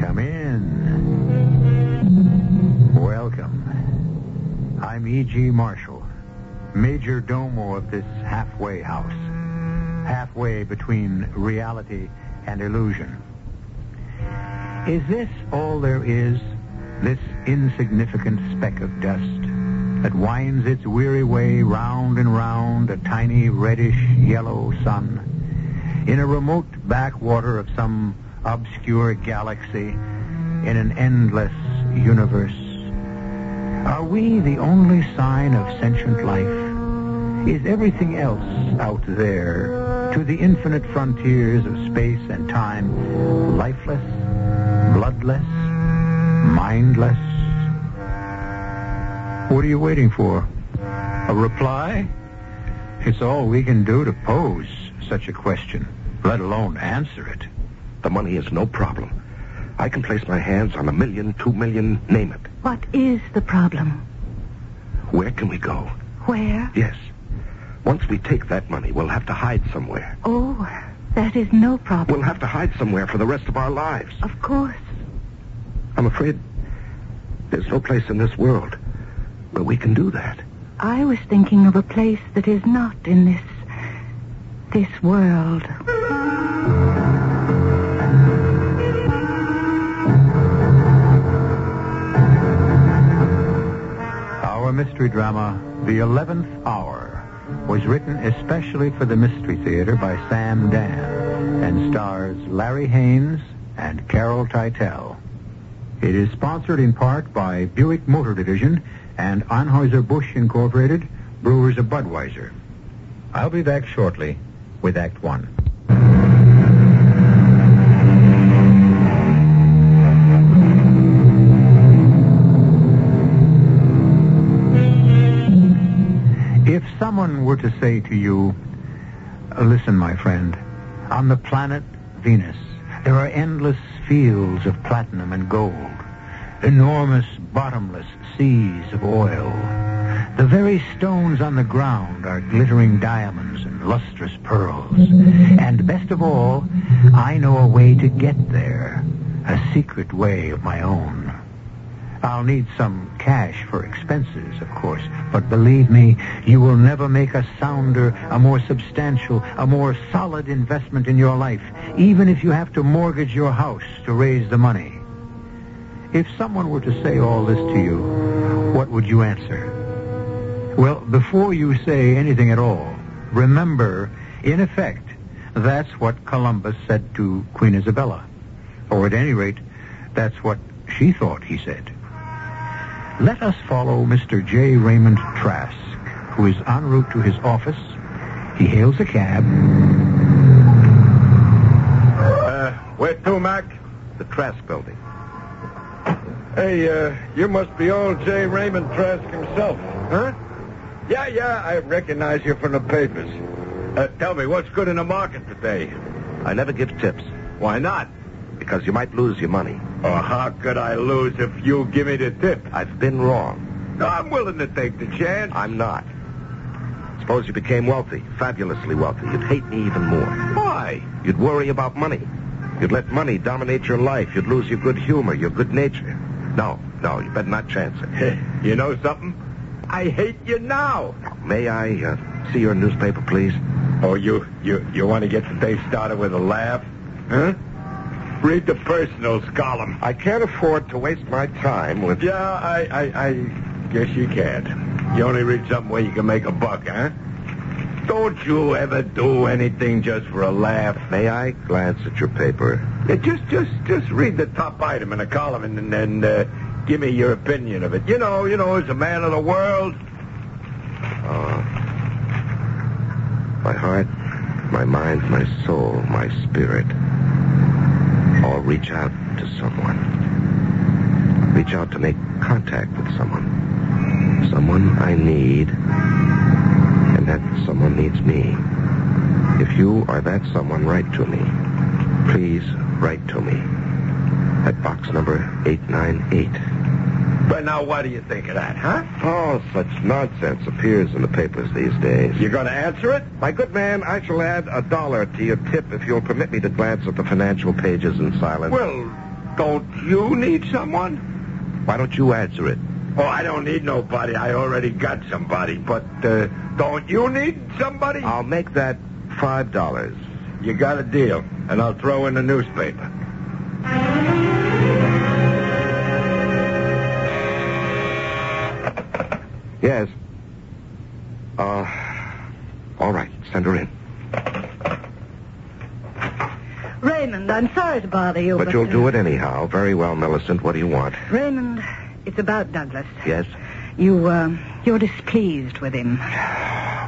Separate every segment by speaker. Speaker 1: Come in. Welcome. I'm E.G. Marshall, major domo of this halfway house, halfway between reality and illusion. Is this all there is, this insignificant speck of dust that winds its weary way round and round a tiny reddish yellow sun in a remote backwater of some obscure galaxy in an endless universe? Are we the only sign of sentient life? Is everything else out there, to the infinite frontiers of space and time, lifeless, bloodless, mindless? What are you waiting for? A reply? It's all we can do to pose such a question, let alone answer it.
Speaker 2: The money is no problem. I can place my hands on a million, two million, name it.
Speaker 3: What is the problem?
Speaker 2: Where can we go?
Speaker 3: Where?
Speaker 2: Yes. Once we take that money, we'll have to hide somewhere.
Speaker 3: Oh, that is no problem.
Speaker 2: We'll have to hide somewhere for the rest of our lives.
Speaker 3: Of course.
Speaker 2: I'm afraid there's no place in this world where we can do that.
Speaker 3: I was thinking of a place that is not in this. this world.
Speaker 1: Our mystery drama, The Eleventh Hour, was written especially for the Mystery Theater by Sam Dan and stars Larry Haynes and Carol Titel. It is sponsored in part by Buick Motor Division and Anheuser-Busch Incorporated, Brewers of Budweiser. I'll be back shortly with Act One. If someone were to say to you, listen, my friend, on the planet Venus, there are endless fields of platinum and gold, enormous bottomless seas of oil. The very stones on the ground are glittering diamonds and lustrous pearls. And best of all, I know a way to get there, a secret way of my own. I'll need some cash for expenses, of course, but believe me, you will never make a sounder, a more substantial, a more solid investment in your life, even if you have to mortgage your house to raise the money. If someone were to say all this to you, what would you answer? Well, before you say anything at all, remember, in effect, that's what Columbus said to Queen Isabella. Or at any rate, that's what she thought he said. Let us follow Mr. J. Raymond Trask, who is en route to his office. He hails a cab.
Speaker 4: Uh, where to, Mac?
Speaker 2: The Trask building.
Speaker 4: Hey, uh, you must be old J. Raymond Trask himself. Huh? Yeah, yeah, I recognize you from the papers. Uh, tell me, what's good in the market today?
Speaker 2: I never give tips
Speaker 4: Why not?
Speaker 2: because you might lose your money.
Speaker 4: Or how could I lose if you give me the tip?
Speaker 2: I've been wrong.
Speaker 4: No, I'm willing to take the chance.
Speaker 2: I'm not. Suppose you became wealthy, fabulously wealthy. You'd hate me even more.
Speaker 4: Why?
Speaker 2: You'd worry about money. You'd let money dominate your life. You'd lose your good humor, your good nature. No, no, you better not chance it.
Speaker 4: you know something? I hate you now.
Speaker 2: May I uh, see your newspaper, please?
Speaker 4: Oh, you you you want to get the day started with a laugh? Huh? Read the personals column.
Speaker 2: I can't afford to waste my time with.
Speaker 4: Yeah, I, I, I guess you can. You only read something where you can make a buck, huh? Don't you ever do anything just for a laugh.
Speaker 2: May I glance at your paper?
Speaker 4: Yeah, just, just, just read the top item in a column and then uh, give me your opinion of it. You know, you know, as a man of the world.
Speaker 2: Uh, my heart, my mind, my soul, my spirit all reach out to someone. Reach out to make contact with someone.
Speaker 1: someone I need, and that someone needs me. If you are that someone, write to me. Please write to me at box number 898.
Speaker 4: But now, what do you think of that, huh?
Speaker 1: Oh, such nonsense appears in the papers these days.
Speaker 4: You going to answer it?
Speaker 1: My good man, I shall add a dollar to your tip if you'll permit me to glance at the financial pages in silence.
Speaker 4: Well, don't you need someone?
Speaker 1: why don't you answer it?
Speaker 4: Oh, I don't need nobody. I already got somebody. But uh, don't you need somebody?
Speaker 1: I'll make that five dollars.
Speaker 4: You got a deal, and I'll throw in the newspaper.
Speaker 1: Yes. Uh, all right, send her in.
Speaker 3: Raymond, I'm sorry to bother you. uh,
Speaker 1: But you'll do it anyhow. Very well, Millicent. What do you want?
Speaker 3: Raymond, it's about Douglas.
Speaker 1: Yes.
Speaker 3: You, uh, you're displeased with him.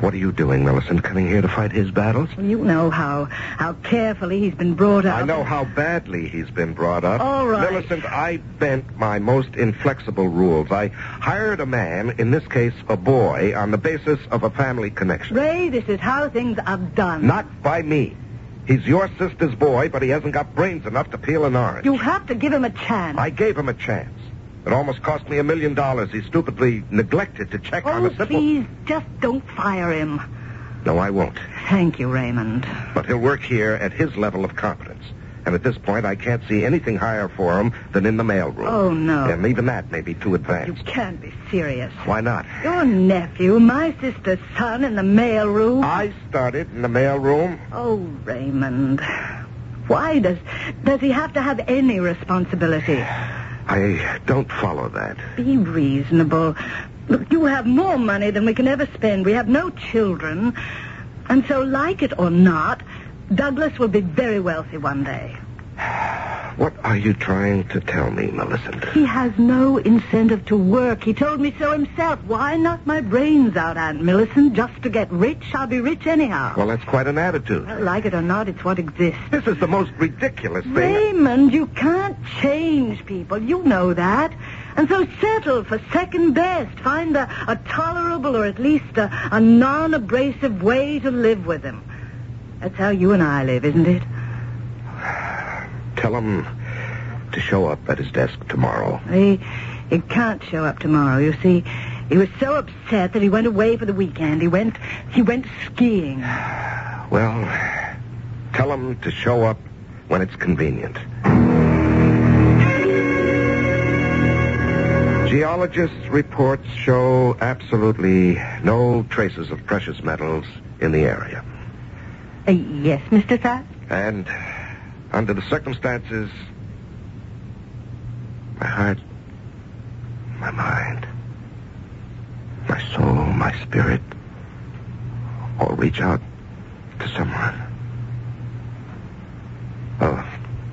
Speaker 1: What are you doing, Millicent? Coming here to fight his battles?
Speaker 3: You know how how carefully he's been brought up.
Speaker 1: I know how badly he's been brought up.
Speaker 3: All right.
Speaker 1: Millicent, I bent my most inflexible rules. I hired a man, in this case a boy, on the basis of a family connection.
Speaker 3: Ray, this is how things are done.
Speaker 1: Not by me. He's your sister's boy, but he hasn't got brains enough to peel an orange.
Speaker 3: You have to give him a chance.
Speaker 1: I gave him a chance. It almost cost me a million dollars. He stupidly neglected to check on
Speaker 3: oh,
Speaker 1: a simple...
Speaker 3: please, just don't fire him.
Speaker 1: No, I won't.
Speaker 3: Thank you, Raymond.
Speaker 1: But he'll work here at his level of competence. And at this point, I can't see anything higher for him than in the mailroom.
Speaker 3: Oh, no.
Speaker 1: And even that may be too
Speaker 3: You
Speaker 1: advanced.
Speaker 3: can't be serious.
Speaker 1: Why not?
Speaker 3: Your nephew, my sister's son, in the mailroom.
Speaker 1: I started in the mailroom.
Speaker 3: Oh, Raymond. Why does does he have to have any responsibility?
Speaker 1: I don't follow that.
Speaker 3: Be reasonable. Look, you have more money than we can ever spend. We have no children. And so, like it or not, Douglas will be very wealthy one day.
Speaker 1: What are you trying to tell me, Millicent?
Speaker 3: He has no incentive to work. He told me so himself. Why not my brains out, Aunt Millicent? Just to get rich, I'll be rich anyhow.
Speaker 1: Well, that's quite an attitude.
Speaker 3: Well, like it or not, it's what exists.
Speaker 1: This is the most ridiculous thing.
Speaker 3: Raymond, you can't change people. You know that. And so settle for second best. Find a, a tolerable or at least a, a non-abrasive way to live with them. That's how you and I live, isn't it?
Speaker 1: Tell him to show up at his desk tomorrow.
Speaker 3: He, he can't show up tomorrow, you see. He was so upset that he went away for the weekend. He went, he went skiing. Uh,
Speaker 1: Well, tell him to show up when it's convenient. Geologists' reports show absolutely no traces of precious metals in the area.
Speaker 3: Uh, yes, Mr. Thack?
Speaker 1: And under the circumstances, my heart, my mind, my soul, my spirit all reach out to someone. Oh,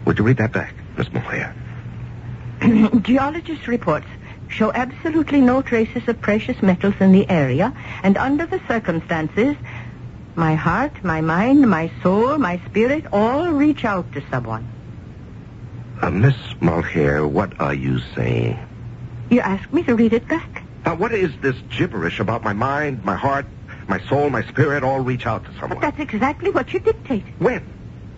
Speaker 1: would you read that back, Miss Moyer?
Speaker 5: Geologists' reports show absolutely no traces of precious metals in the area, and under the circumstances, my heart, my mind, my soul, my spirit all reach out to someone.
Speaker 1: Uh, Miss Mulhair, what are you saying?
Speaker 5: You ask me to read it back.
Speaker 1: Now, what is this gibberish about my mind, my heart, my soul, my spirit all reach out to someone?
Speaker 5: But that's exactly what you dictate.
Speaker 1: When?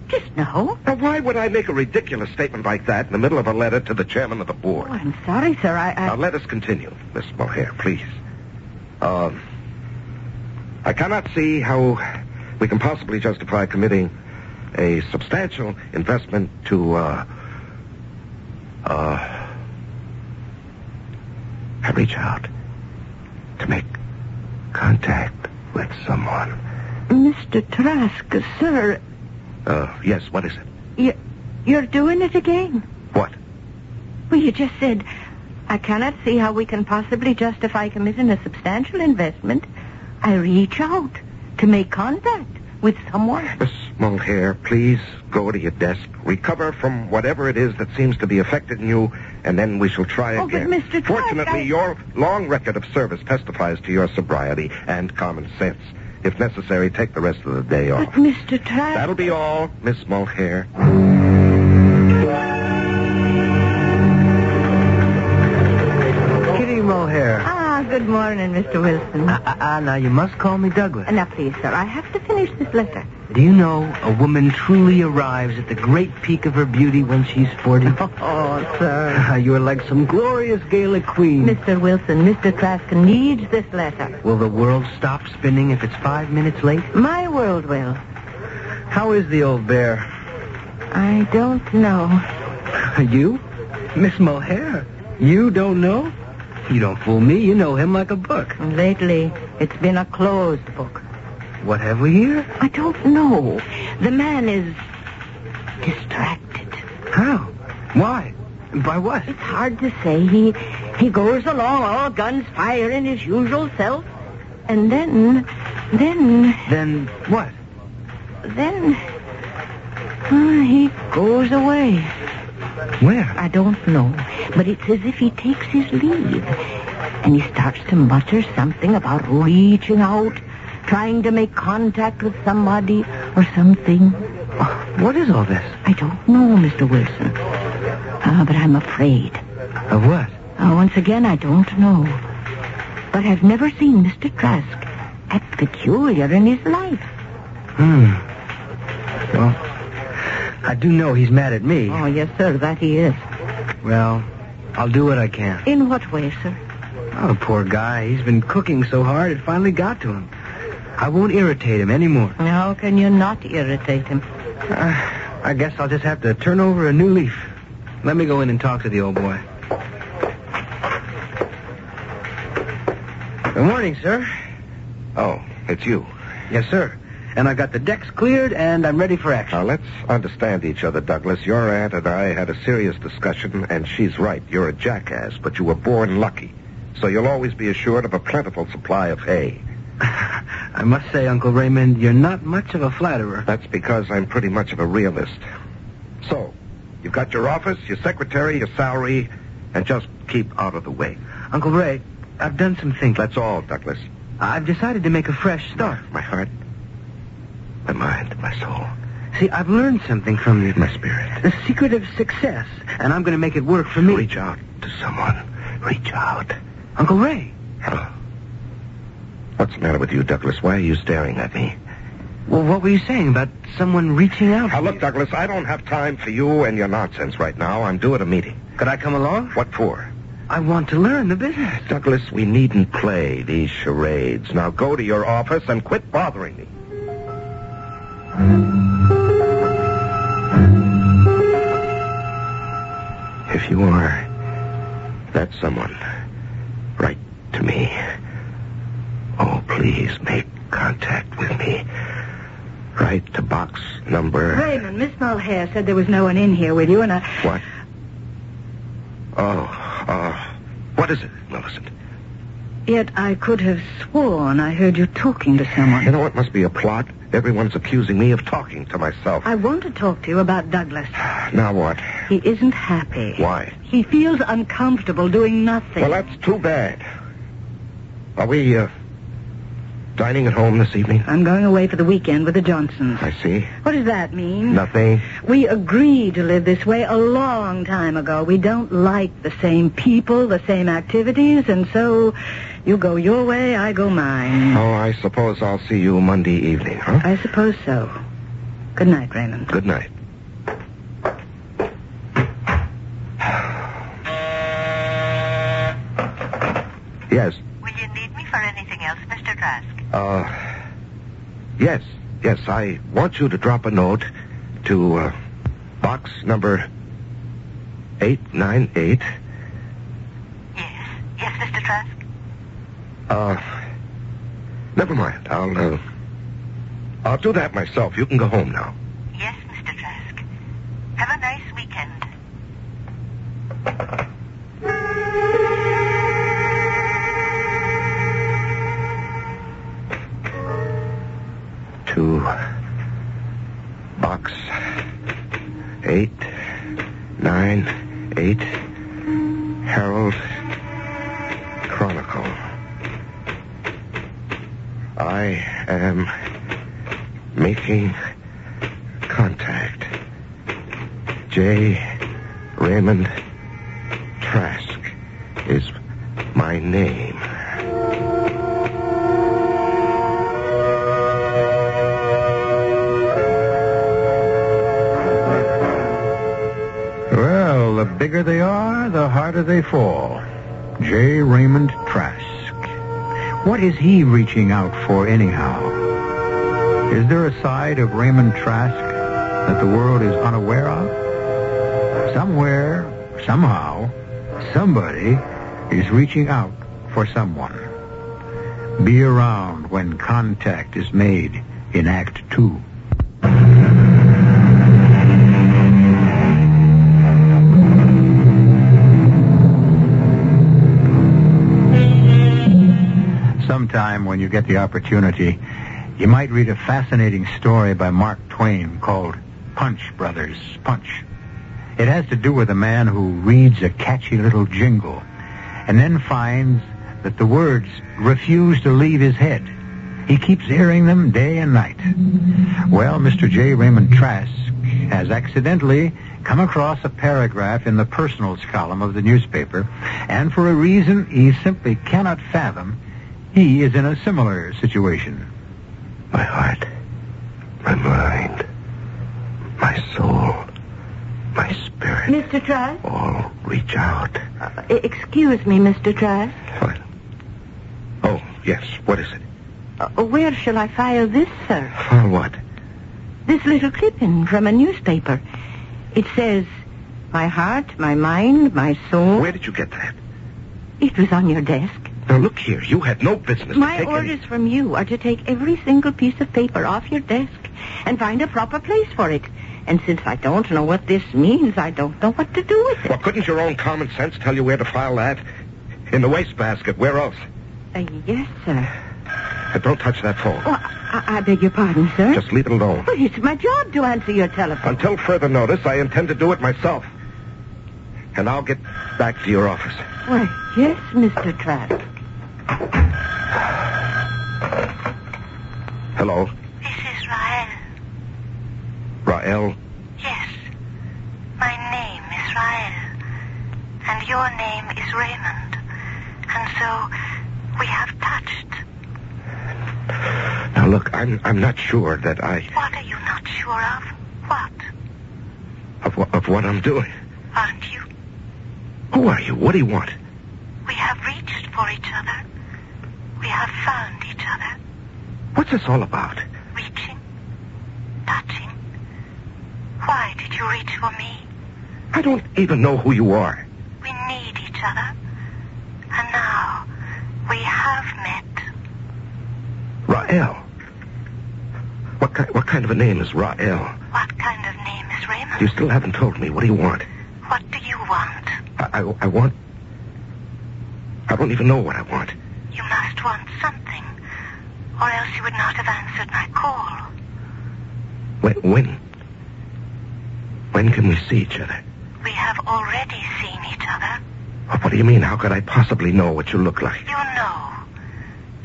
Speaker 5: Just now.
Speaker 1: Now, why would I make a ridiculous statement like that in the middle of a letter to the chairman of the board?
Speaker 5: Oh, I'm sorry, sir. I, I...
Speaker 1: Now, let us continue, Miss Mulhair, please. Um, I cannot see how we can possibly justify committing a substantial investment to, uh, uh, I reach out to make contact with someone.
Speaker 5: Mr. Trask, sir,
Speaker 1: Uh, yes, what is it?
Speaker 5: you, you're doing it again.
Speaker 1: What?
Speaker 5: Well, you just said, I cannot see how we can possibly justify committing a substantial investment. I reach out to make contact with someone.
Speaker 1: Miss Mulhair, please go to your desk, recover from whatever it is that seems to be affecting you, and then we shall try
Speaker 5: Oh, but
Speaker 1: again.
Speaker 5: Mr. Clark,
Speaker 1: Fortunately,
Speaker 5: I-
Speaker 1: your long record of service testifies to your sobriety and common sense. If necessary, take the rest of the day
Speaker 5: But
Speaker 1: off.
Speaker 5: Mr. Trask...
Speaker 1: That'll be all, Miss Mulhair.
Speaker 6: Kitty Mulhair.
Speaker 5: Ah,
Speaker 3: good morning, Mr. Wilson.
Speaker 1: Uh,
Speaker 7: Ah, ah, ah, now you must call me Douglas.
Speaker 3: now, please, sir, I have to finish this letter.
Speaker 7: Do you know a woman truly arrives at the great peak of her beauty when she's 40?
Speaker 3: Oh, sir.
Speaker 7: Ah, You're like some glorious Gaelic queen.
Speaker 3: Mr. Wilson, Mr. Trask needs this letter.
Speaker 7: Will the world stop spinning if it's five minutes late?
Speaker 3: My world will.
Speaker 7: How is the old bear?
Speaker 3: I don't know.
Speaker 7: You? Miss Mulhare? You don't know? You don't fool me. You know him like a book.
Speaker 3: Lately, it's been a closed book.
Speaker 7: What have we here?
Speaker 3: I don't know. The man is distracted.
Speaker 7: How? Why? By what?
Speaker 3: It's hard to say. He he goes along all guns firing his usual self, and then then
Speaker 7: Then what?
Speaker 3: then uh, he goes away.
Speaker 7: Where?
Speaker 3: I don't know, but it's as if he takes his leave, and he starts to mutter something about reaching out, trying to make contact with somebody or something. Oh,
Speaker 7: What is all this?
Speaker 3: I don't know, Mr. Wilson. Ah, but I'm afraid.
Speaker 7: Of what?
Speaker 3: Uh, once again, I don't know. But I've never seen Mr. Trask act peculiar in his life.
Speaker 7: Hmm. Well, I do know he's mad at me.
Speaker 3: Oh, yes, sir, that he is.
Speaker 7: Well, I'll do what I can.
Speaker 3: In what way, sir?
Speaker 7: Oh, poor guy. He's been cooking so hard it finally got to him. I won't irritate him anymore.
Speaker 3: How can you not irritate him?
Speaker 7: Uh, I guess I'll just have to turn over a new leaf. Let me go in and talk to the old boy. Good morning, sir.
Speaker 1: Oh, it's you.
Speaker 7: Yes, sir. And I got the decks cleared, and I'm ready for action.
Speaker 1: Now, let's understand each other, Douglas. Your aunt and I had a serious discussion, and she's right. You're a jackass, but you were born lucky. So you'll always be assured of a plentiful supply of hay.
Speaker 7: I must say, Uncle Raymond, you're not much of a flatterer.
Speaker 1: That's because I'm pretty much of a realist. So, you've got your office, your secretary, your salary, and just keep out of the way.
Speaker 7: Uncle Ray, I've done some thinking.
Speaker 1: That's all, Douglas.
Speaker 7: I've decided to make a fresh start.
Speaker 1: My heart, my mind, my soul.
Speaker 7: See, I've learned something from you.
Speaker 1: My spirit.
Speaker 7: The secret of success, and I'm going to make it work for me.
Speaker 1: Reach out to someone. Reach out.
Speaker 7: Uncle Ray.
Speaker 1: Hello. What's the matter with you, Douglas? Why are you staring at me?
Speaker 7: Well, what were you saying about someone reaching out?
Speaker 1: Now, look, Douglas, I don't have time for you and your nonsense right now. I'm due at a meeting.
Speaker 7: Could I come along?
Speaker 1: What for?
Speaker 7: I want to learn the business.
Speaker 1: Douglas, we needn't play these charades. Now go to your office and quit bothering me. If you are that someone, write to me. Oh, please make contact with me. Write to box number.
Speaker 8: Raymond, Miss Mulhare said there was no one in here with you, and I...
Speaker 1: What? Oh, uh, what is it, Millicent?
Speaker 8: Yet I could have sworn I heard you talking to
Speaker 1: You
Speaker 8: someone.
Speaker 1: know, it must be a plot. Everyone's accusing me of talking to myself.
Speaker 8: I want to talk to you about Douglas.
Speaker 1: Now what?
Speaker 8: He isn't happy.
Speaker 1: Why?
Speaker 8: He feels uncomfortable doing nothing.
Speaker 1: Well, that's too bad. Are we, uh, dining at home this evening?
Speaker 8: I'm going away for the weekend with the Johnsons.
Speaker 1: I see.
Speaker 8: What does that mean?
Speaker 1: Nothing.
Speaker 8: We agreed to live this way a long time ago. We don't like the same people, the same activities, and so you go your way, I go mine.
Speaker 1: Oh, I suppose I'll see you Monday evening, huh?
Speaker 8: I suppose so. Good night, Raymond.
Speaker 1: Good night. Yes.
Speaker 3: Will you need me for anything else, Mr. Trask?
Speaker 1: Uh, yes, yes, I want you to drop a note to uh, box number 898.
Speaker 3: Yes. Yes, Mr. Trask?
Speaker 1: Uh, never mind. I'll, uh, I'll do that myself. You can go home now.
Speaker 3: Yes, Mr. Trask. Have a nice weekend.
Speaker 1: To box 898 Herald Chronicle. I am making contact. J. Raymond Trask is my name.
Speaker 9: higher they are, the harder they fall. J. Raymond Trask. What is he reaching out for anyhow? Is there a side of Raymond Trask that the world is unaware of? Somewhere, somehow, somebody is reaching out for someone. Be around when contact is made in Act Two. Sometime when you get the opportunity, you might read a fascinating story by Mark Twain called Punch Brothers, Punch. It has to do with a man who reads a catchy little jingle and then finds that the words refuse to leave his head. He keeps hearing them day and night. Well, Mr. J. Raymond Trask has accidentally come across a paragraph in the personals column of the newspaper, and for a reason he simply cannot fathom, he is in a similar situation.
Speaker 1: My heart, my mind, my soul, my spirit
Speaker 3: Mr. Trask?
Speaker 1: all reach out.
Speaker 3: Uh, e- excuse me, Mr. Trask.
Speaker 1: What? Oh, yes. What is it?
Speaker 3: Uh, where shall I file this, sir?
Speaker 1: For what?
Speaker 3: This little clipping from a newspaper. It says, my heart, my mind, my soul.
Speaker 1: Where did you get that?
Speaker 3: It was on your desk.
Speaker 1: Now look here. You had no business to
Speaker 3: My
Speaker 1: take any-
Speaker 3: orders from you are to take every single piece of paper off your desk and find a proper place for it. And since I don't know what this means, I don't know what to do with it.
Speaker 1: Well, couldn't your own common sense tell you where to file that? In the wastebasket. Where else?
Speaker 3: Uh, yes, sir.
Speaker 1: Uh, Don't touch that phone.
Speaker 3: Oh, I-, I beg your pardon, sir.
Speaker 1: Just leave it alone.
Speaker 3: But it's my job to answer your telephone.
Speaker 1: Until further notice, I intend to do it myself. And I'll get back to your office.
Speaker 3: Why, yes, Mr. Trask.
Speaker 1: Hello?
Speaker 10: Mrs. Ryan.
Speaker 1: Rael?
Speaker 10: Yes. My name is Ryan. And your name is Raymond. And so we have touched.
Speaker 1: Now, look, I'm, I'm not sure that I...
Speaker 10: What are you not sure of? What?
Speaker 1: Of, wha- of what I'm doing.
Speaker 10: Aren't you?
Speaker 1: Who are you? What do you want?
Speaker 10: We have reached for each other. We have found each other.
Speaker 1: What's this all about?
Speaker 10: Reaching. Touching. Why did you reach for me?
Speaker 1: I don't even know who you are.
Speaker 10: We need each other. And now we have met.
Speaker 1: Rael. What, ki- what kind of a name is Rael?
Speaker 10: What kind of name is Raymond?
Speaker 1: You still haven't told me. What do you want?
Speaker 10: What do you want?
Speaker 1: I, I, I want... I don't even know what I want.
Speaker 10: You must want something, or else you would not have answered my call.
Speaker 1: When, when? When can we see each other?
Speaker 10: We have already seen each other.
Speaker 1: What do you mean? How could I possibly know what you look like?
Speaker 10: You know.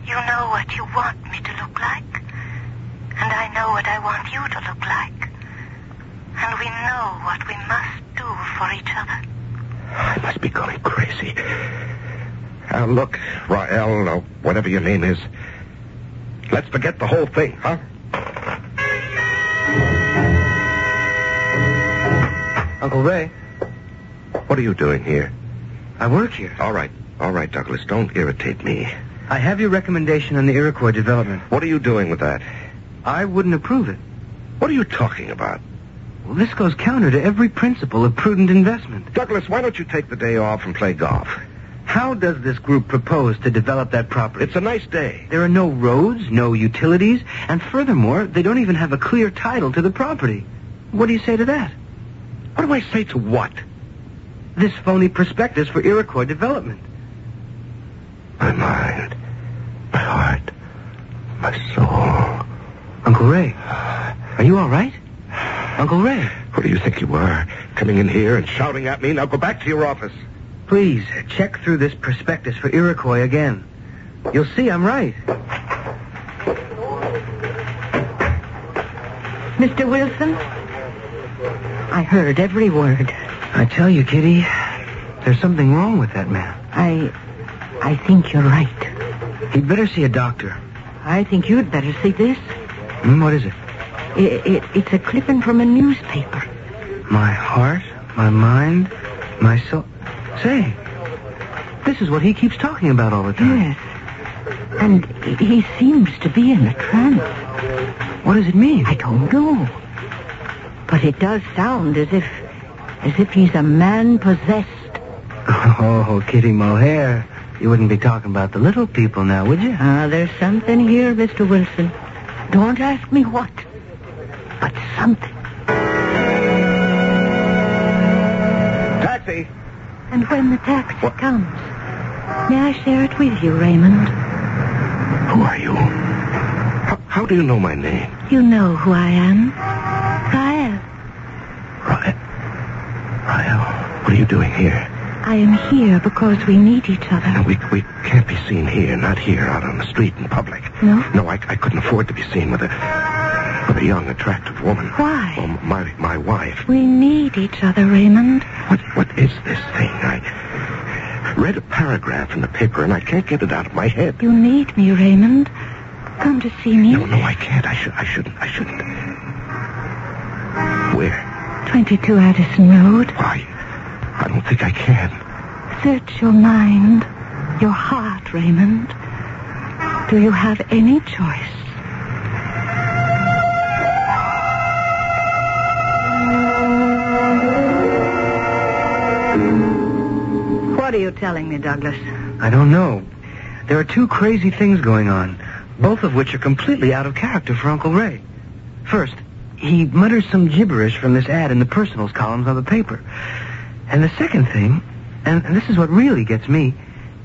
Speaker 10: You know what you want me to look like, and I know what I want you to look like. And we know what we must do for each other.
Speaker 1: I must be going crazy. Now, look, Rael, or whatever your name is, let's forget the whole thing, huh?
Speaker 11: Uncle Ray,
Speaker 1: What are you doing here?
Speaker 11: I work here.
Speaker 1: All right, all right, Douglas, don't irritate me.
Speaker 11: I have your recommendation on the Iroquois development.
Speaker 1: What are you doing with that?
Speaker 11: I wouldn't approve it.
Speaker 1: What are you talking about?
Speaker 11: Well, this goes counter to every principle of prudent investment.
Speaker 1: Douglas, why don't you take the day off and play golf?
Speaker 11: How does this group propose to develop that property?
Speaker 1: It's a nice day.
Speaker 11: There are no roads, no utilities, and furthermore, they don't even have a clear title to the property. What do you say to that?
Speaker 1: What do I say to what?
Speaker 11: This phony prospectus for Iroquois development.
Speaker 1: My mind, my heart, my soul.
Speaker 11: Uncle Ray, are you all right? Uncle Ray,
Speaker 1: Who do you think you are? Coming in here and shouting at me? Now go back to your office.
Speaker 11: please check through this prospectus for Iroquois again. You'll see I'm right.
Speaker 3: Mr. Wilson? I heard every word.
Speaker 11: I tell you, Kitty, there's something wrong with that man.
Speaker 3: I. I think you're right.
Speaker 11: He'd better see a doctor.
Speaker 3: I think you'd better see this.
Speaker 11: Hmm, what is it?
Speaker 3: I- i- it's a clipping from a newspaper.
Speaker 11: My heart, my mind,
Speaker 12: My soul. Say, this is what he keeps talking about all the time.
Speaker 13: Yes. And he seems to be in a trance.
Speaker 12: What does it mean?
Speaker 13: I don't know. But it does sound as if as if he's a man possessed.
Speaker 12: Oh, Kitty Mohair. You wouldn't be talking about the little people now, would you?
Speaker 13: Ah, there's something here, Mr. Wilson. Don't ask me what. But something.
Speaker 14: Taxi!
Speaker 3: And when the taxi comes, may I share it with you, Raymond?
Speaker 1: Who are you? How, how do you know my name?
Speaker 3: You know who I am. Rael,
Speaker 1: Ryle. Ryle, what are you doing here?
Speaker 3: I am here because we need each
Speaker 1: No,
Speaker 3: other.
Speaker 1: we, we can't be seen here, not here, out on the street in public.
Speaker 3: No?
Speaker 1: No, I, I couldn't afford to be seen with a with a young, attractive woman.
Speaker 3: Why?
Speaker 1: Well, my my wife.
Speaker 3: We need each other, Raymond.
Speaker 1: What what is this thing? I read a paragraph in the paper and I can't get it out of my head.
Speaker 3: You need me, Raymond. Come to see me.
Speaker 1: No, no, I can't. I should I shouldn't I shouldn't. Where?
Speaker 3: 22 Addison Road.
Speaker 1: Why? I don't think I can.
Speaker 3: Search your mind, your heart, Raymond. Do you have any choice?
Speaker 10: What are you telling me, Douglas?
Speaker 12: I don't know. There are two crazy things going on, both of which are completely out of character for Uncle Ray. First, he mutters some gibberish from this ad in the personals columns on the paper. And the second thing, and, and this is what really gets me,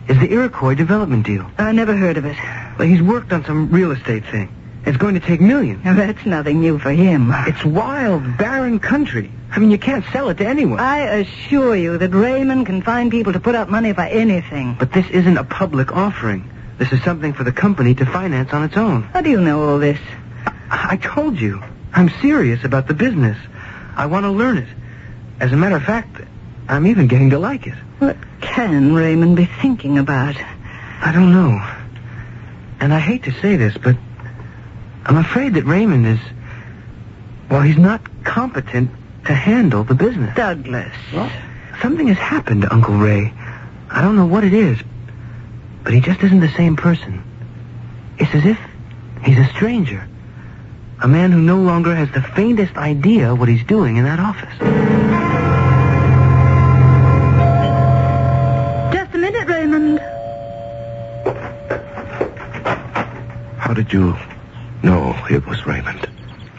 Speaker 12: is the Iroquois development deal.
Speaker 10: I never heard of it.
Speaker 12: Well, he's worked on some real estate thing. It's going to take millions.
Speaker 10: Now, that's nothing new for him.
Speaker 12: It's wild, barren country. I mean, you can't sell it to anyone.
Speaker 10: I assure you that Raymond can find people to put up money for anything.
Speaker 12: but this isn't a public offering. This is something for the company to finance on its own.
Speaker 10: How do you know all this?
Speaker 12: I told you. I'm serious about the business. I want to learn it. As a matter of fact, I'm even getting to like it.
Speaker 10: What can Raymond be thinking about?
Speaker 12: I don't know. And I hate to say this, but I'm afraid that Raymond is, well, he's not competent to handle the business.
Speaker 10: Douglas.
Speaker 12: Something has happened to Uncle Ray. I don't know what it is, but he just isn't the same person. It's as if he's a stranger. A man who no longer has the faintest idea what he's doing in that office.
Speaker 10: Just a minute, Raymond.
Speaker 1: How did you know it was Raymond?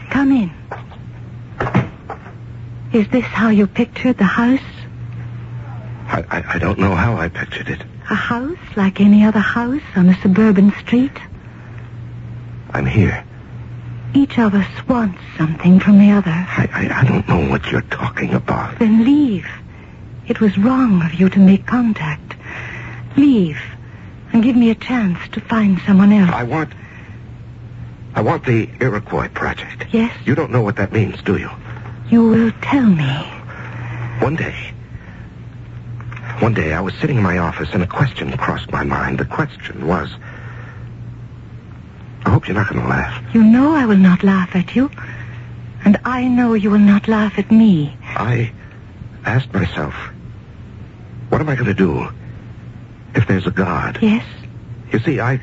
Speaker 3: Come in. Is this how you pictured the house?
Speaker 1: I, I, I don't know how I pictured it.
Speaker 3: A house like any other house on a suburban street?
Speaker 1: I'm here.
Speaker 3: Each of us wants something from the other.
Speaker 1: I, I, I don't know what you're talking about.
Speaker 3: Then leave. It was wrong of you to make contact. Leave and give me a chance to find someone else.
Speaker 1: I want. I want the Iroquois project.
Speaker 3: Yes,
Speaker 1: You don't know what that means, do you?
Speaker 3: you will tell me.
Speaker 1: One day. One day I was sitting in my office and a question crossed my mind. The question was. I hope you're not going to laugh.
Speaker 3: You know I will not laugh at you. And I know you will not laugh at me.
Speaker 1: I asked myself, what am I going to do if there's a God?
Speaker 3: Yes?
Speaker 1: You see, I.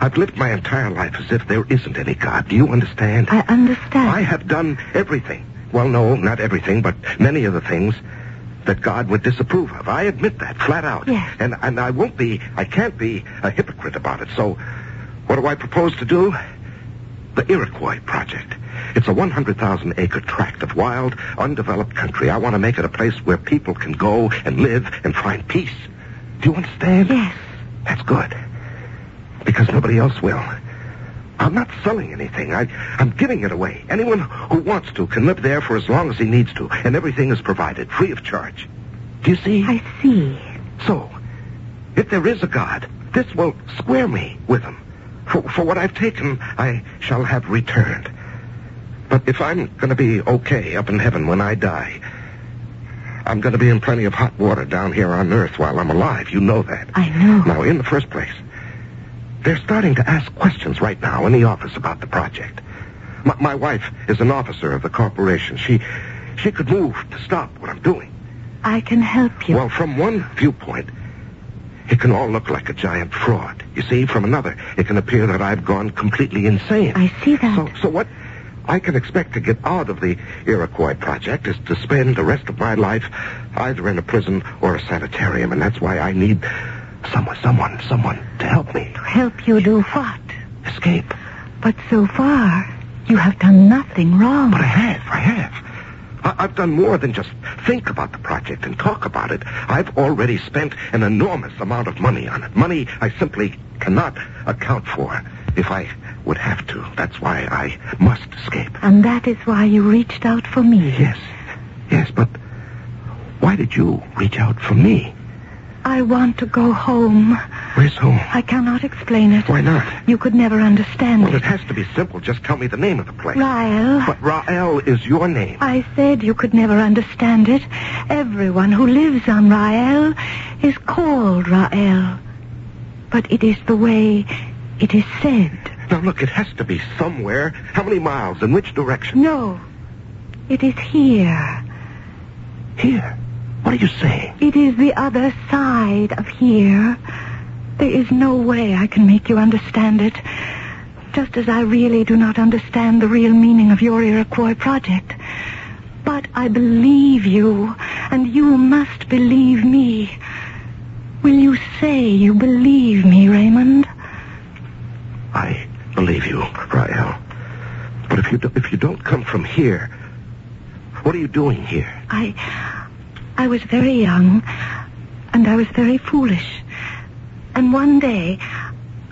Speaker 1: I've lived my entire life as if there isn't any God. Do you understand?
Speaker 3: I understand.
Speaker 1: I have done everything. Well, no, not everything, but many of the things that God would disapprove of. I admit that flat out.
Speaker 3: Yes.
Speaker 1: And and I won't be I can't be a hypocrite about it. So what do I propose to do? The Iroquois project. It's a 100,000 acre tract of wild, undeveloped country. I want to make it a place where people can go and live and find peace. Do you understand?
Speaker 3: Yes.
Speaker 1: That's good. Because nobody else will. I'm not selling anything. I, I'm giving it away. Anyone who wants to can live there for as long as he needs to, and everything is provided, free of charge. Do you see?
Speaker 3: I see.
Speaker 1: So, if there is a God, this will square me with him. For, for what I've taken, I shall have returned. But if I'm going to be okay up in heaven when I die, I'm going to be in plenty of hot water down here on earth while I'm alive. You know that.
Speaker 3: I know.
Speaker 1: Now, in the first place, they're starting to ask questions right now in the office about the project. My, my wife is an officer of the corporation. She, she could move to stop what I'm doing.
Speaker 3: I can help you.
Speaker 1: Well, from one viewpoint, it can all look like a giant fraud. You see, from another, it can appear that I've gone completely insane.
Speaker 3: I see that.
Speaker 1: So, so what I can expect to get out of the Iroquois project is to spend the rest of my life either in a prison or a sanitarium, and that's why I need someone, someone, someone to help me
Speaker 3: Help you do what?
Speaker 1: escape.
Speaker 3: But so far, you have done nothing wrong.
Speaker 1: But I have, I have. I- I've done more than just think about the project and talk about it. I've already spent an enormous amount of money on it. Money I simply cannot account for if I would have to. That's why I must escape.
Speaker 3: And that is why you reached out for me.
Speaker 1: Yes, yes, but why did you reach out for me?
Speaker 3: I want to go home.
Speaker 1: Where's home?
Speaker 3: I cannot explain it.
Speaker 1: Why not?
Speaker 3: You could never understand
Speaker 1: Well,
Speaker 3: it.
Speaker 1: it has to be simple. Just tell me the name of the place.
Speaker 3: Ryle,
Speaker 1: But Rael is your name.
Speaker 3: I said you could never understand it. Everyone who lives on Rael is called Rael. But it is the way it is said.
Speaker 1: Now look, it has to be somewhere. How many miles? In which direction?
Speaker 3: No, it is here.
Speaker 1: Here. What are you saying?
Speaker 3: It is the other side of here. There is no way I can make you understand it. Just as I really do not understand the real meaning of your Iroquois project. But I believe you, and you must believe me. Will you say you believe me, Raymond?
Speaker 1: I believe you, Rael. But if you do, if you don't come from here, what are you doing here?
Speaker 3: I I was very young and I was very foolish. And one day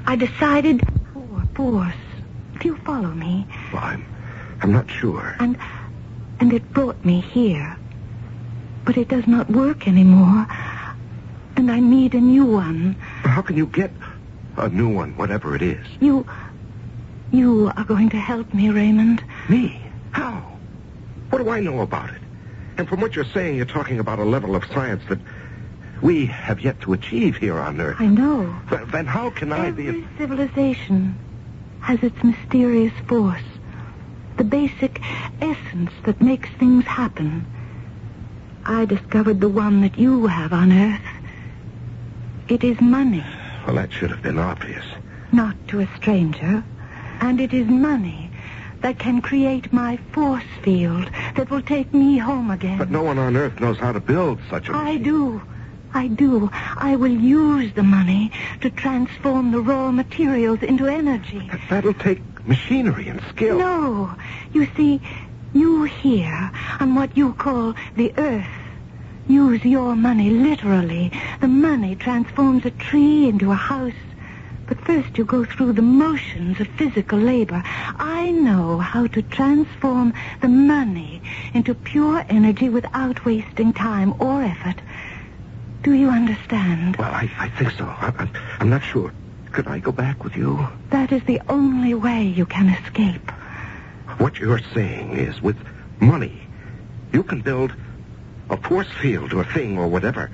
Speaker 3: I decided poor force. Do you follow me?
Speaker 1: Well, I'm I'm not sure.
Speaker 3: And and it brought me here. But it does not work anymore. And I need a new one.
Speaker 1: But How can you get a new one, whatever it is?
Speaker 3: You you are going to help me, Raymond.
Speaker 1: Me? How? What do I know about it? And from what you're saying, you're talking about a level of science that we have yet to achieve here on Earth.
Speaker 3: I know.
Speaker 1: Th- Then how can I be?
Speaker 3: Every civilization has its mysterious force, the basic essence that makes things happen. I discovered the one that you have on Earth. It is money,
Speaker 1: Well, that should have been obvious.
Speaker 3: not to a stranger. And it is money that can create my force field that will take me home again.
Speaker 1: But no one on Earth knows how to build such a.
Speaker 3: I do. I do. I will use the money to transform the raw materials into energy.
Speaker 1: That- That'll take machinery and skill.
Speaker 3: No. You see, you here, on what you call the earth, use your money literally. The money transforms a tree into a house. But first you go through the motions of physical labor. I know how to transform the money into pure energy without wasting time or effort. Do you understand?
Speaker 1: Well, I, I think so. I, I'm, I'm not sure. Could I go back with you?
Speaker 3: That is the only way you can escape.
Speaker 1: What you're saying is, with money, you can build a force field or thing or whatever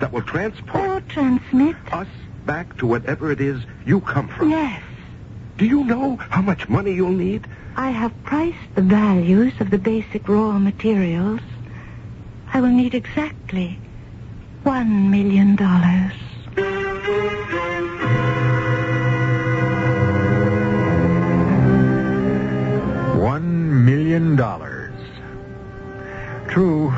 Speaker 1: that will
Speaker 3: Or
Speaker 1: transport
Speaker 3: transmit.
Speaker 1: us back to whatever it is you come from.
Speaker 3: Yes.
Speaker 1: Do you know how much money you'll need?
Speaker 3: I have priced the values of the basic raw materials. I will need exactly one million dollars.
Speaker 15: One million dollars. True,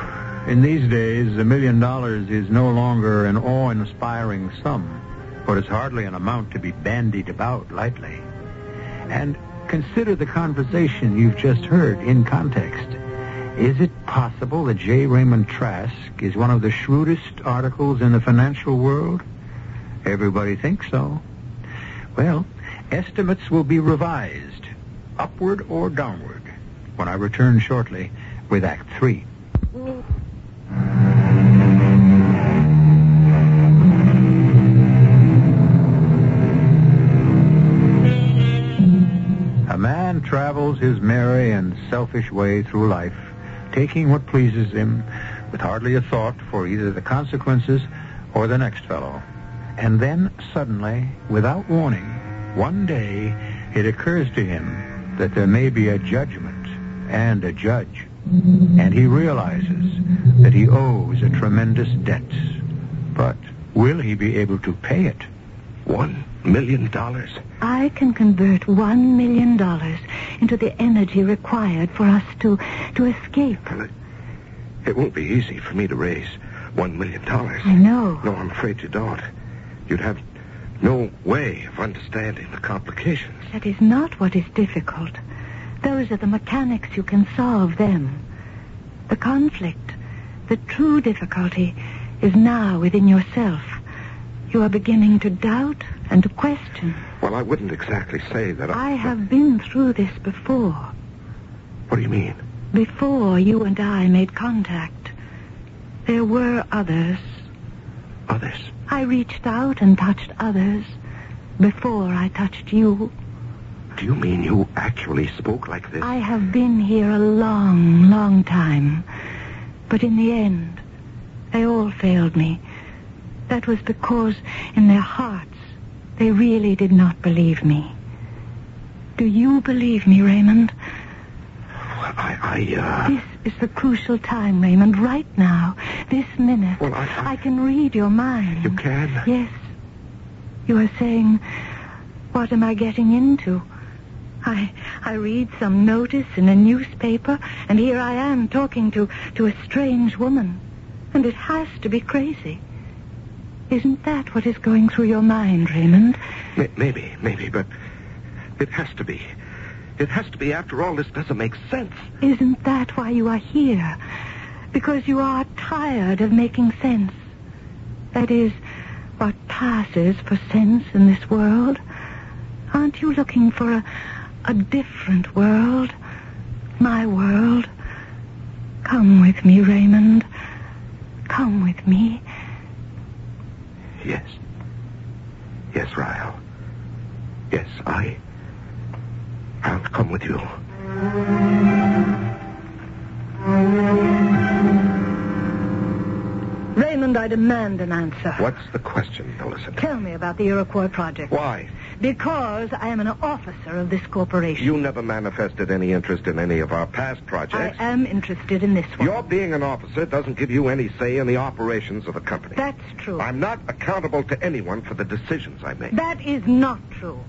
Speaker 15: in these days, a million dollars is no longer an awe-inspiring sum, but it's hardly an amount to be bandied about lightly. And consider the conversation you've just heard in context. Is it possible that J. Raymond Trask is one of the shrewdest articles in the financial world? Everybody thinks so. Well, estimates will be revised, upward or downward, when I return shortly with Act Three. A man travels his merry and selfish way through life, taking what pleases him, with hardly a thought for either the consequences or the next fellow. And then, suddenly, without warning, one day, it occurs to him that there may be a judgment and a judge.
Speaker 6: And he realizes that he owes a tremendous debt. But will he be able to pay it?
Speaker 1: One million dollars?
Speaker 3: I can convert one million dollars into the energy required for us to, to escape.
Speaker 1: It won't be easy for me to raise one million dollars.
Speaker 3: I know.
Speaker 1: No, I'm afraid you don't. You'd have no way of understanding the complications.
Speaker 3: That is not what is difficult. Those are the mechanics you can solve then. The conflict, the true difficulty, is now within yourself. You are beginning to doubt and to question.
Speaker 1: Well, I wouldn't exactly say that I...
Speaker 3: I have been through this before.
Speaker 1: What do you mean?
Speaker 3: Before you and I made contact, there were others.
Speaker 1: Others.
Speaker 3: I reached out and touched others before I touched you.
Speaker 1: Do you mean you actually spoke like this?
Speaker 3: I have been here a long, long time. But in the end, they all failed me. That was because in their hearts, they really did not believe me. Do you believe me, Raymond?
Speaker 1: I, I, uh...
Speaker 3: This is the crucial time, Raymond, right now, this minute.
Speaker 1: Well, I- I-
Speaker 3: can read your mind.
Speaker 1: You can?
Speaker 3: Yes. You are saying, what am I getting into? I, I read some notice in a newspaper, and here I am talking to, to a strange woman. And it has to be crazy. Isn't that what is going through your mind, Raymond?
Speaker 1: May- Maybe, maybe, but it has to be. It has to be. After all, this doesn't make sense.
Speaker 3: Isn't that why you are here? Because you are tired of making sense. That is, what passes for sense in this world. Aren't you looking for a, a different world? My world? Come with me, Raymond. Come with me.
Speaker 1: Yes. Yes, Ryle. Yes, I. I'll come with you.
Speaker 3: Raymond, I demand an answer.
Speaker 1: What's the question, Millicent?
Speaker 3: Tell me about the Iroquois Project.
Speaker 1: Why?
Speaker 3: Because I am an officer of this corporation.
Speaker 1: You never manifested any interest in any of our past
Speaker 3: I
Speaker 1: projects.
Speaker 3: am interested in this one.
Speaker 1: Your being an officer doesn't give you any say in the operations of the company.
Speaker 3: That's true.
Speaker 1: I'm not accountable to anyone for the decisions I make.
Speaker 3: That is not true.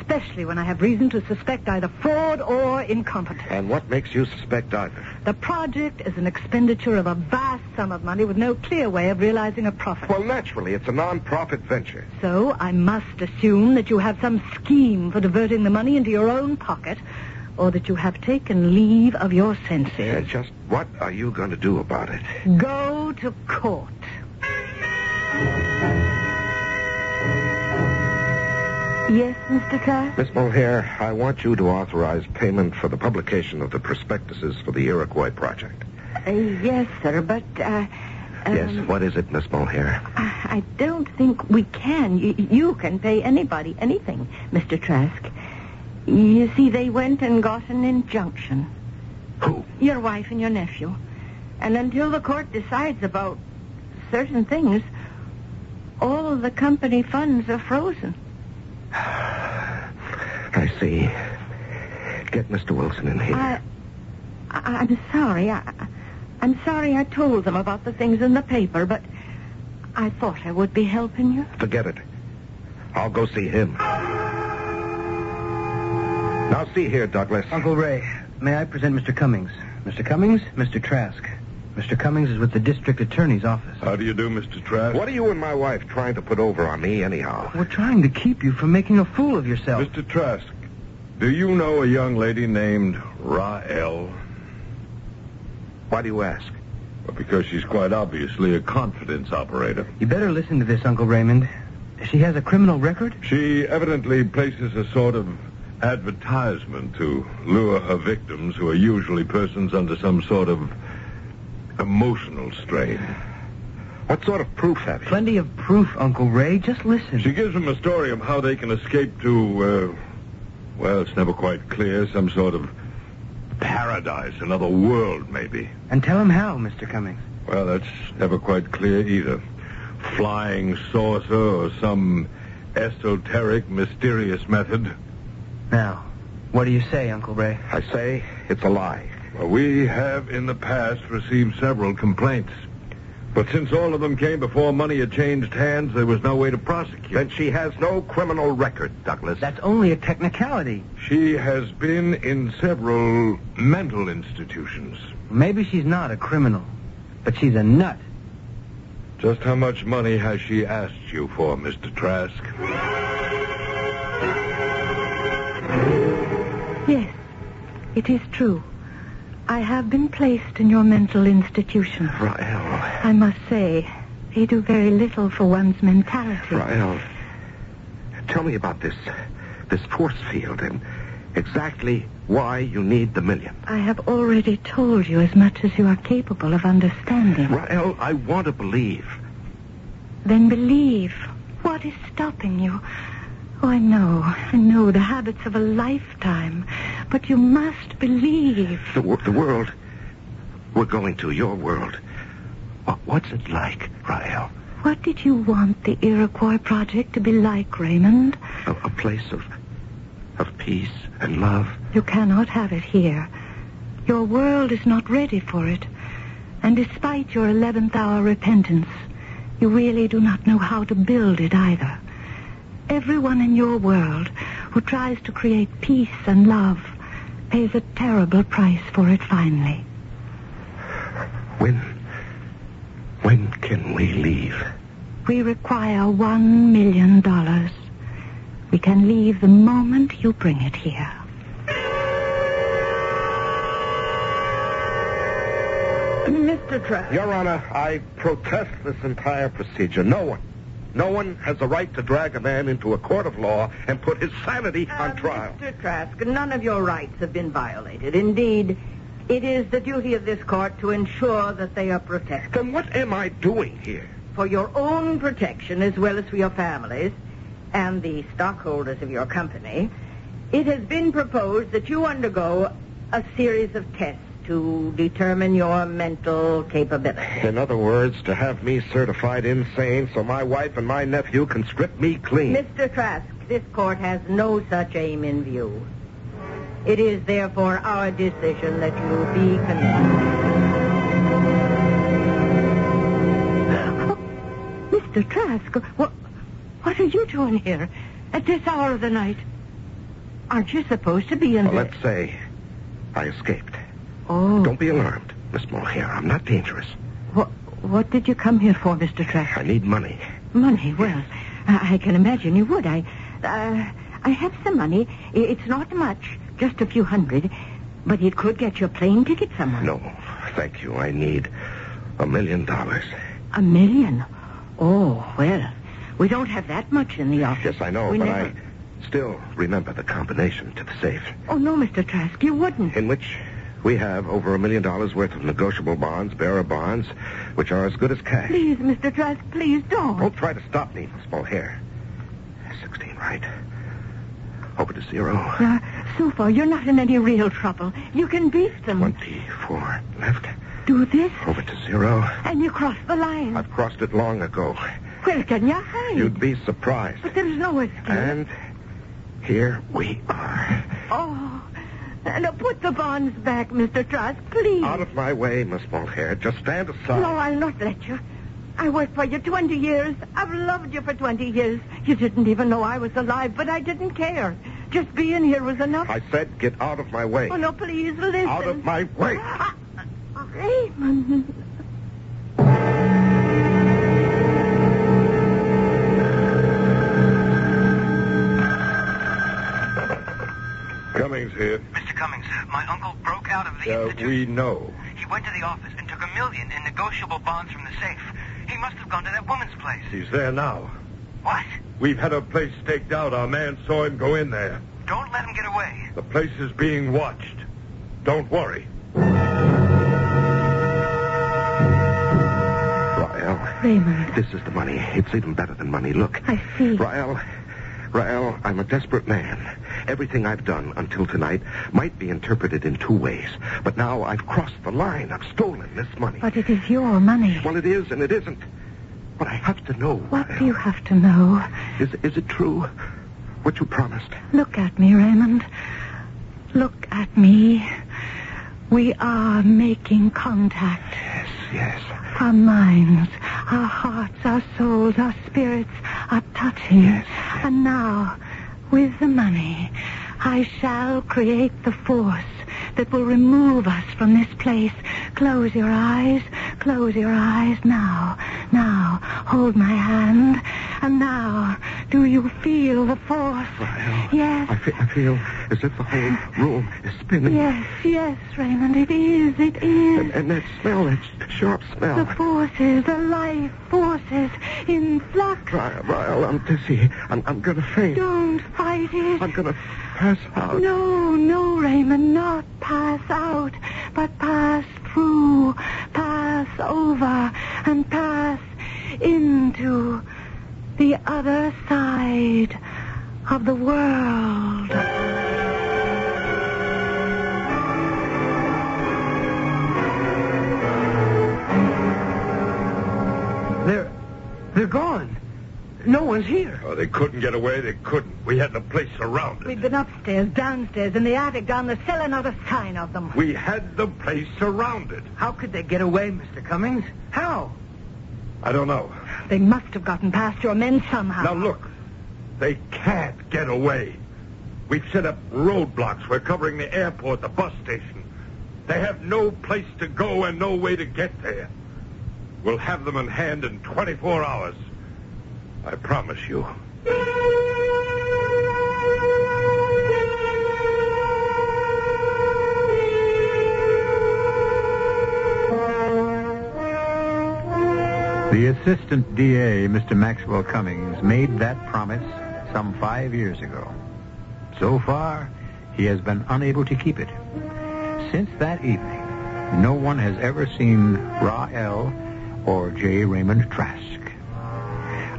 Speaker 3: Especially when I have reason to suspect either fraud or incompetence.
Speaker 1: And what makes you suspect either?
Speaker 3: The project is an expenditure of a vast sum of money with no clear way of realizing a profit.
Speaker 1: Well, naturally, it's a non-profit venture.
Speaker 3: so I must assume that you have some scheme for diverting the money into your own pocket, or that you have taken leave of your senses.
Speaker 1: And just what are you going to do about it?
Speaker 3: Go to court. Yes, Mr. Clark?
Speaker 1: Miss Mulhare, I want you to authorize payment for the publication of the prospectuses for the Iroquois Project.
Speaker 5: Uh, yes, sir, but uh, um,
Speaker 1: yes, what is it, Miss Mulhare?
Speaker 5: I I don't think we can. Y- you can pay anybody anything, Mr. Trask. You see, they went and got an injunction.
Speaker 1: Who?
Speaker 5: Your wife and your nephew. And until the court decides about certain things, all of the company funds are frozen.
Speaker 1: I see. Get Mr. Wilson in here.
Speaker 5: I, I, I'm sorry. I, I'm sorry I told them about the things in the paper, but I thought I would be helping you.
Speaker 1: Forget it. I'll go see him. Now, see here, Douglas.
Speaker 16: Uncle Ray, may I present Mr. Cummings? Mr. Cummings, Mr. Trask. Mr. Cummings is with the district attorney's office.
Speaker 4: How do you do, Mr. Trask?
Speaker 1: What are you and my wife trying to put over on me, anyhow?
Speaker 16: We're trying to keep you from making a fool of yourself.
Speaker 4: Mr. Trask, do you know a young lady named Rael?
Speaker 1: Why do you ask?
Speaker 4: Well, because she's quite obviously a confidence operator.
Speaker 16: You better listen to this, Uncle Raymond. She has a criminal record?
Speaker 4: She evidently places a sort of advertisement to lure her victims, who are usually persons under some sort of emotional strain.
Speaker 1: What sort of proof have you?
Speaker 16: Plenty of proof, Uncle Ray. Just listen.
Speaker 4: She gives them a story of how they can escape to, uh, well, it's never quite clear, some sort of paradise, another world, maybe.
Speaker 16: And tell him how, Mr. Cummings.
Speaker 4: Well, that's never quite clear either. Flying saucer or some esoteric, mysterious method.
Speaker 16: Now, what do you say, Uncle Ray?
Speaker 1: I say it's a lie.
Speaker 4: Well, we have in the past received several complaints. But since all of them came before money had changed hands, there was no way to prosecute.
Speaker 1: Then she has no criminal record, Douglas.
Speaker 16: That's only a technicality.
Speaker 4: She has been in several mental institutions.
Speaker 16: Maybe she's not a criminal, but she's a nut.
Speaker 4: Just how much money has she asked you for, Mr. Trask?
Speaker 3: Yes, it is true. I have been placed in your mental institution.
Speaker 1: Rael.
Speaker 3: I must say, they do very little for one's mentality.
Speaker 1: Rael. Tell me about this this force field and exactly why you need the million.
Speaker 3: I have already told you as much as you are capable of understanding.
Speaker 1: Rael, I want to believe.
Speaker 3: Then believe. What is stopping you? Oh, I know, I know the habits of a lifetime, but you must believe.
Speaker 1: The, wor- the world we're going to, your world. Wha- What's it like, Rael?
Speaker 3: What did you want the Iroquois Project to be like, Raymond?
Speaker 1: A, a place of of peace and love.
Speaker 3: You cannot have it here. Your world is not ready for it. And despite your 11th hour repentance, you really do not know how to build it either. Everyone in your world who tries to create peace and love pays a terrible price for it finally.
Speaker 1: When when can we leave?
Speaker 3: We require one million dollars. We can leave the moment you bring it here.
Speaker 5: Mr. Trask.
Speaker 1: Your Honor, I protest this entire procedure. No one, no one has a right to drag a man into a court of law and put his sanity
Speaker 3: Uh,
Speaker 1: on trial.
Speaker 5: Mr. Uh, Trask, none of your rights have been violated. Indeed, it is the duty of this court to ensure that they are protected.
Speaker 1: Then what am I doing here?
Speaker 5: For your own protection, as well as for your families and the stockholders of your company, it has been proposed that you undergo a series of tests to determine your mental capability.
Speaker 1: In other words, to have me certified insane so my wife and my nephew can strip me clean.
Speaker 5: Mr. Trask, this court has no such aim in view. It is therefore our decision that you be condemned.
Speaker 3: Mr. Trask, what, what are you doing here at this hour of the night? Aren't you supposed to be in
Speaker 1: Well,
Speaker 3: bed?
Speaker 1: let's say I escaped.
Speaker 3: Oh,
Speaker 1: Don't be alarmed, Miss Mulhare. I'm not dangerous.
Speaker 3: what, what did you come here for, Mr. Trask?
Speaker 1: I need money.
Speaker 3: Money, well, I, I can imagine you would. I, uh, I have some money. I- It's not much, just a few hundred, but it could get you a plane ticket somewhere.
Speaker 1: No, thank you. I need a million dollars.
Speaker 3: A million? Oh, well, we don't have that much in the office.
Speaker 1: Yes, I know,
Speaker 3: We
Speaker 1: but
Speaker 3: never-
Speaker 1: I still remember the combination to the safe.
Speaker 3: Oh, no, Mr. Trask, you wouldn't.
Speaker 1: in which we have over a million dollars worth of negotiable bonds, bearer bonds, which are as good as cash.
Speaker 3: Please, Mr. Trask, please don't.
Speaker 1: Don't try to stop me, Miss Mulhare. 16 right. Over to zero.
Speaker 3: Uh, so far, you're not in any real trouble. You can beat them.
Speaker 1: 24 left.
Speaker 3: Do this,
Speaker 1: Over to zero.
Speaker 3: and you cross the line.
Speaker 1: I've crossed it long ago.
Speaker 3: Where can you hide?
Speaker 1: You'd be Eh? surprised.
Speaker 3: But there's no escape.
Speaker 1: And here we are.
Speaker 3: Oh, now put the bonds back, Mr. Trask, please.
Speaker 1: Out of my way, Miss Mulhare. Just stand
Speaker 3: No,
Speaker 1: aside.
Speaker 3: I'll not let you. I worked for you 20 years. I've loved you for 20 years. You didn't even know I was alive, but I didn't care. Just being here was enough.
Speaker 1: I said get out of my way.
Speaker 3: Oh, no, please, listen.
Speaker 1: Out of my way.
Speaker 3: Ah, Raymond.
Speaker 4: Cummings here.
Speaker 17: Mr. Cummings, my uncle broke out of the
Speaker 4: Uh,
Speaker 17: institute.
Speaker 4: we know.
Speaker 17: He went to the office and took a million in negotiable bonds from the safe. He must have gone to that woman's place.
Speaker 4: He's there now.
Speaker 17: What?
Speaker 4: We've had a place staked out. Our man saw him go in there.
Speaker 17: Don't let him get away.
Speaker 4: The place is being watched. Don't worry.
Speaker 1: Rael.
Speaker 3: Raymond,
Speaker 1: This is the money. It's even better than money. Look.
Speaker 3: I see.
Speaker 1: Rael, Rael, I'm a desperate man. Everything I've done until tonight might be interpreted in two ways. But now I've crossed the line. I've stolen this money.
Speaker 3: But it is your money.
Speaker 1: Well, it is and it isn't. But I have to know.
Speaker 3: What
Speaker 1: Rael.
Speaker 3: do you have to know?
Speaker 1: Is, is it true? What you promised?
Speaker 3: Look at me, Raymond. Look at me. We are making contact.
Speaker 18: Yes, yes.
Speaker 3: Our minds, our hearts, our souls, our spirits are touching.
Speaker 18: Yes.
Speaker 3: And now, with the money, I shall create the force that will remove us from this place. Close your eyes. Close your eyes now. Now, hold my hand. And now, do you feel the force? yes.
Speaker 18: I, fe- I feel as if the whole room is spinning.
Speaker 3: Yes, yes, Raymond, it is, it is.
Speaker 18: And, and that smell, that sharp smell.
Speaker 3: The forces, the life forces in flux.
Speaker 18: Ryle, Ryle, I'm dizzy. I'm, I'm going to faint.
Speaker 3: Don't fight it.
Speaker 18: I'm going to pass out.
Speaker 3: No, Oh, no, Raymond, not pass out, but pass through, pass over, and pass into the other side of the world.
Speaker 19: They're, they're gone. No one's here.
Speaker 20: Oh, they couldn't get away. They couldn't. We had the place surrounded.
Speaker 3: We've been upstairs, downstairs, in the attic, down the cellar, not a sign of them.
Speaker 20: We had the place surrounded.
Speaker 19: How could they get away, Mr. Cummings? How?
Speaker 20: I don't know.
Speaker 3: They must have gotten past your men somehow.
Speaker 20: Now look, they can't get away. We've set up roadblocks. We're covering the airport, the bus station. They have no place to go and no way to get there. We'll have them in hand in 24 hours. I promise you.
Speaker 1: The assistant DA, Mr. Maxwell Cummings, made that promise some five years ago. So far, he has been unable to keep it. Since that evening, no one has ever seen Ra L or J. Raymond Trask.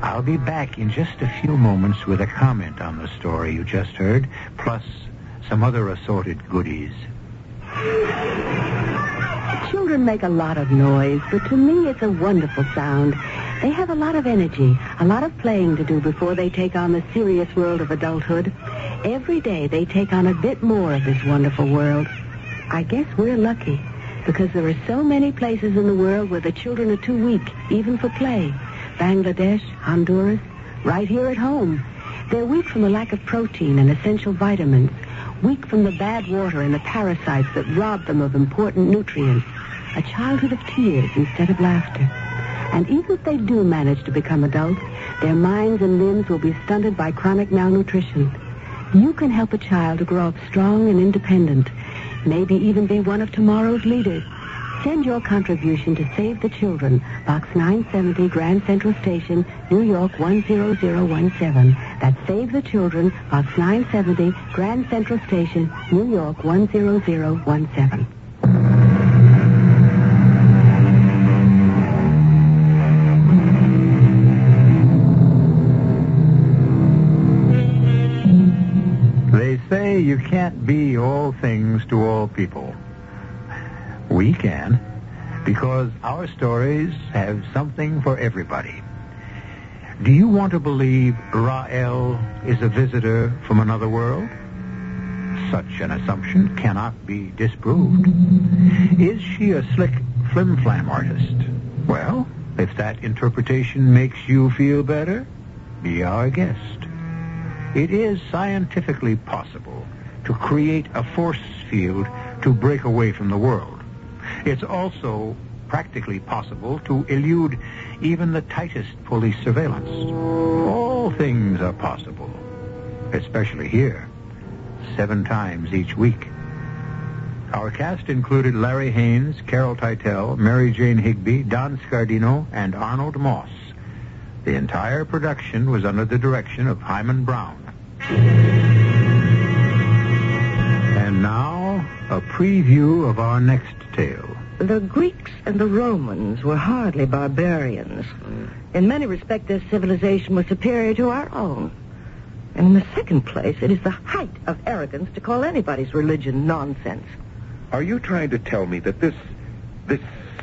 Speaker 1: I'll be back in just a few moments with a comment on the story you just heard, plus some other assorted goodies.
Speaker 10: Children make a lot of noise, but to me it's a wonderful sound. They have a lot of energy, a lot of playing to do before they take on the serious world of adulthood. Every day they take on a bit more of this wonderful world. I guess we're lucky because there are so many places in the world where the children are too weak, even for play. Bangladesh, Honduras, right here at home. They're weak from the lack of protein and essential vitamins, weak from the bad water and the parasites that rob them of important nutrients, a childhood of tears instead of laughter. And even if they do manage to become adults, their minds and limbs will be stunted by chronic malnutrition. You can help a child to grow up strong and independent, maybe even be one of tomorrow's leaders. Send your contribution to Save the Children, Box 970, Grand Central Station, New York 10017. That's Save the Children, Box 970, Grand Central Station, New York 10017.
Speaker 1: They say you can't be all things to all people. We can, because our stories have something for everybody. Do you want to believe Rael is a visitor from another world? Such an assumption cannot be disproved. Is she a slick flim-flam artist? Well, if that interpretation makes you feel better, be our guest. It is scientifically possible to create a force field to break away from the world. It's also practically possible to elude even the tightest police surveillance. All things are possible, especially here, seven times each week. Our cast included Larry Haynes, Carol Titel, Mary Jane Higby, Don Scardino, and Arnold Moss. The entire production was under the direction of Hyman Brown. And now, a preview of our next tale.
Speaker 3: The Greeks and the Romans were hardly barbarians. In many respects, their civilization was superior to our own. And in the second place, it is the height of arrogance to call anybody's religion nonsense.
Speaker 18: Are you trying to tell me that this this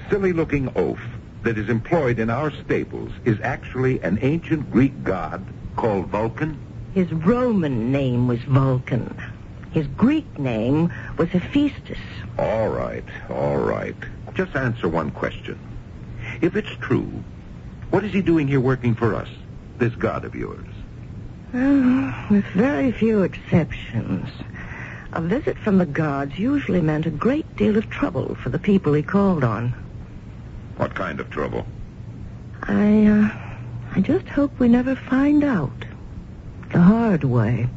Speaker 18: silly-looking oaf that is employed in our stables is actually an ancient Greek god called Vulcan?
Speaker 3: His Roman name was Vulcan. His Greek name was Hephaestus.
Speaker 21: All right, all right. Just answer one question. If it's true, what is he doing here working for us, this god of yours?
Speaker 3: Well, with very few exceptions. A visit from the gods usually meant a great deal of trouble for the people he called on.
Speaker 21: What kind of trouble?
Speaker 3: I, uh, I just hope we never find out. The hard way.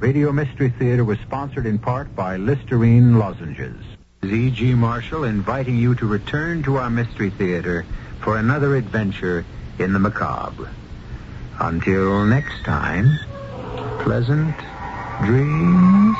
Speaker 1: Radio Mystery Theater was sponsored in part by Listerine Lozenges. Z.G. Marshall inviting you to return to our Mystery Theater for another adventure in the macabre. Until next time, pleasant dreams.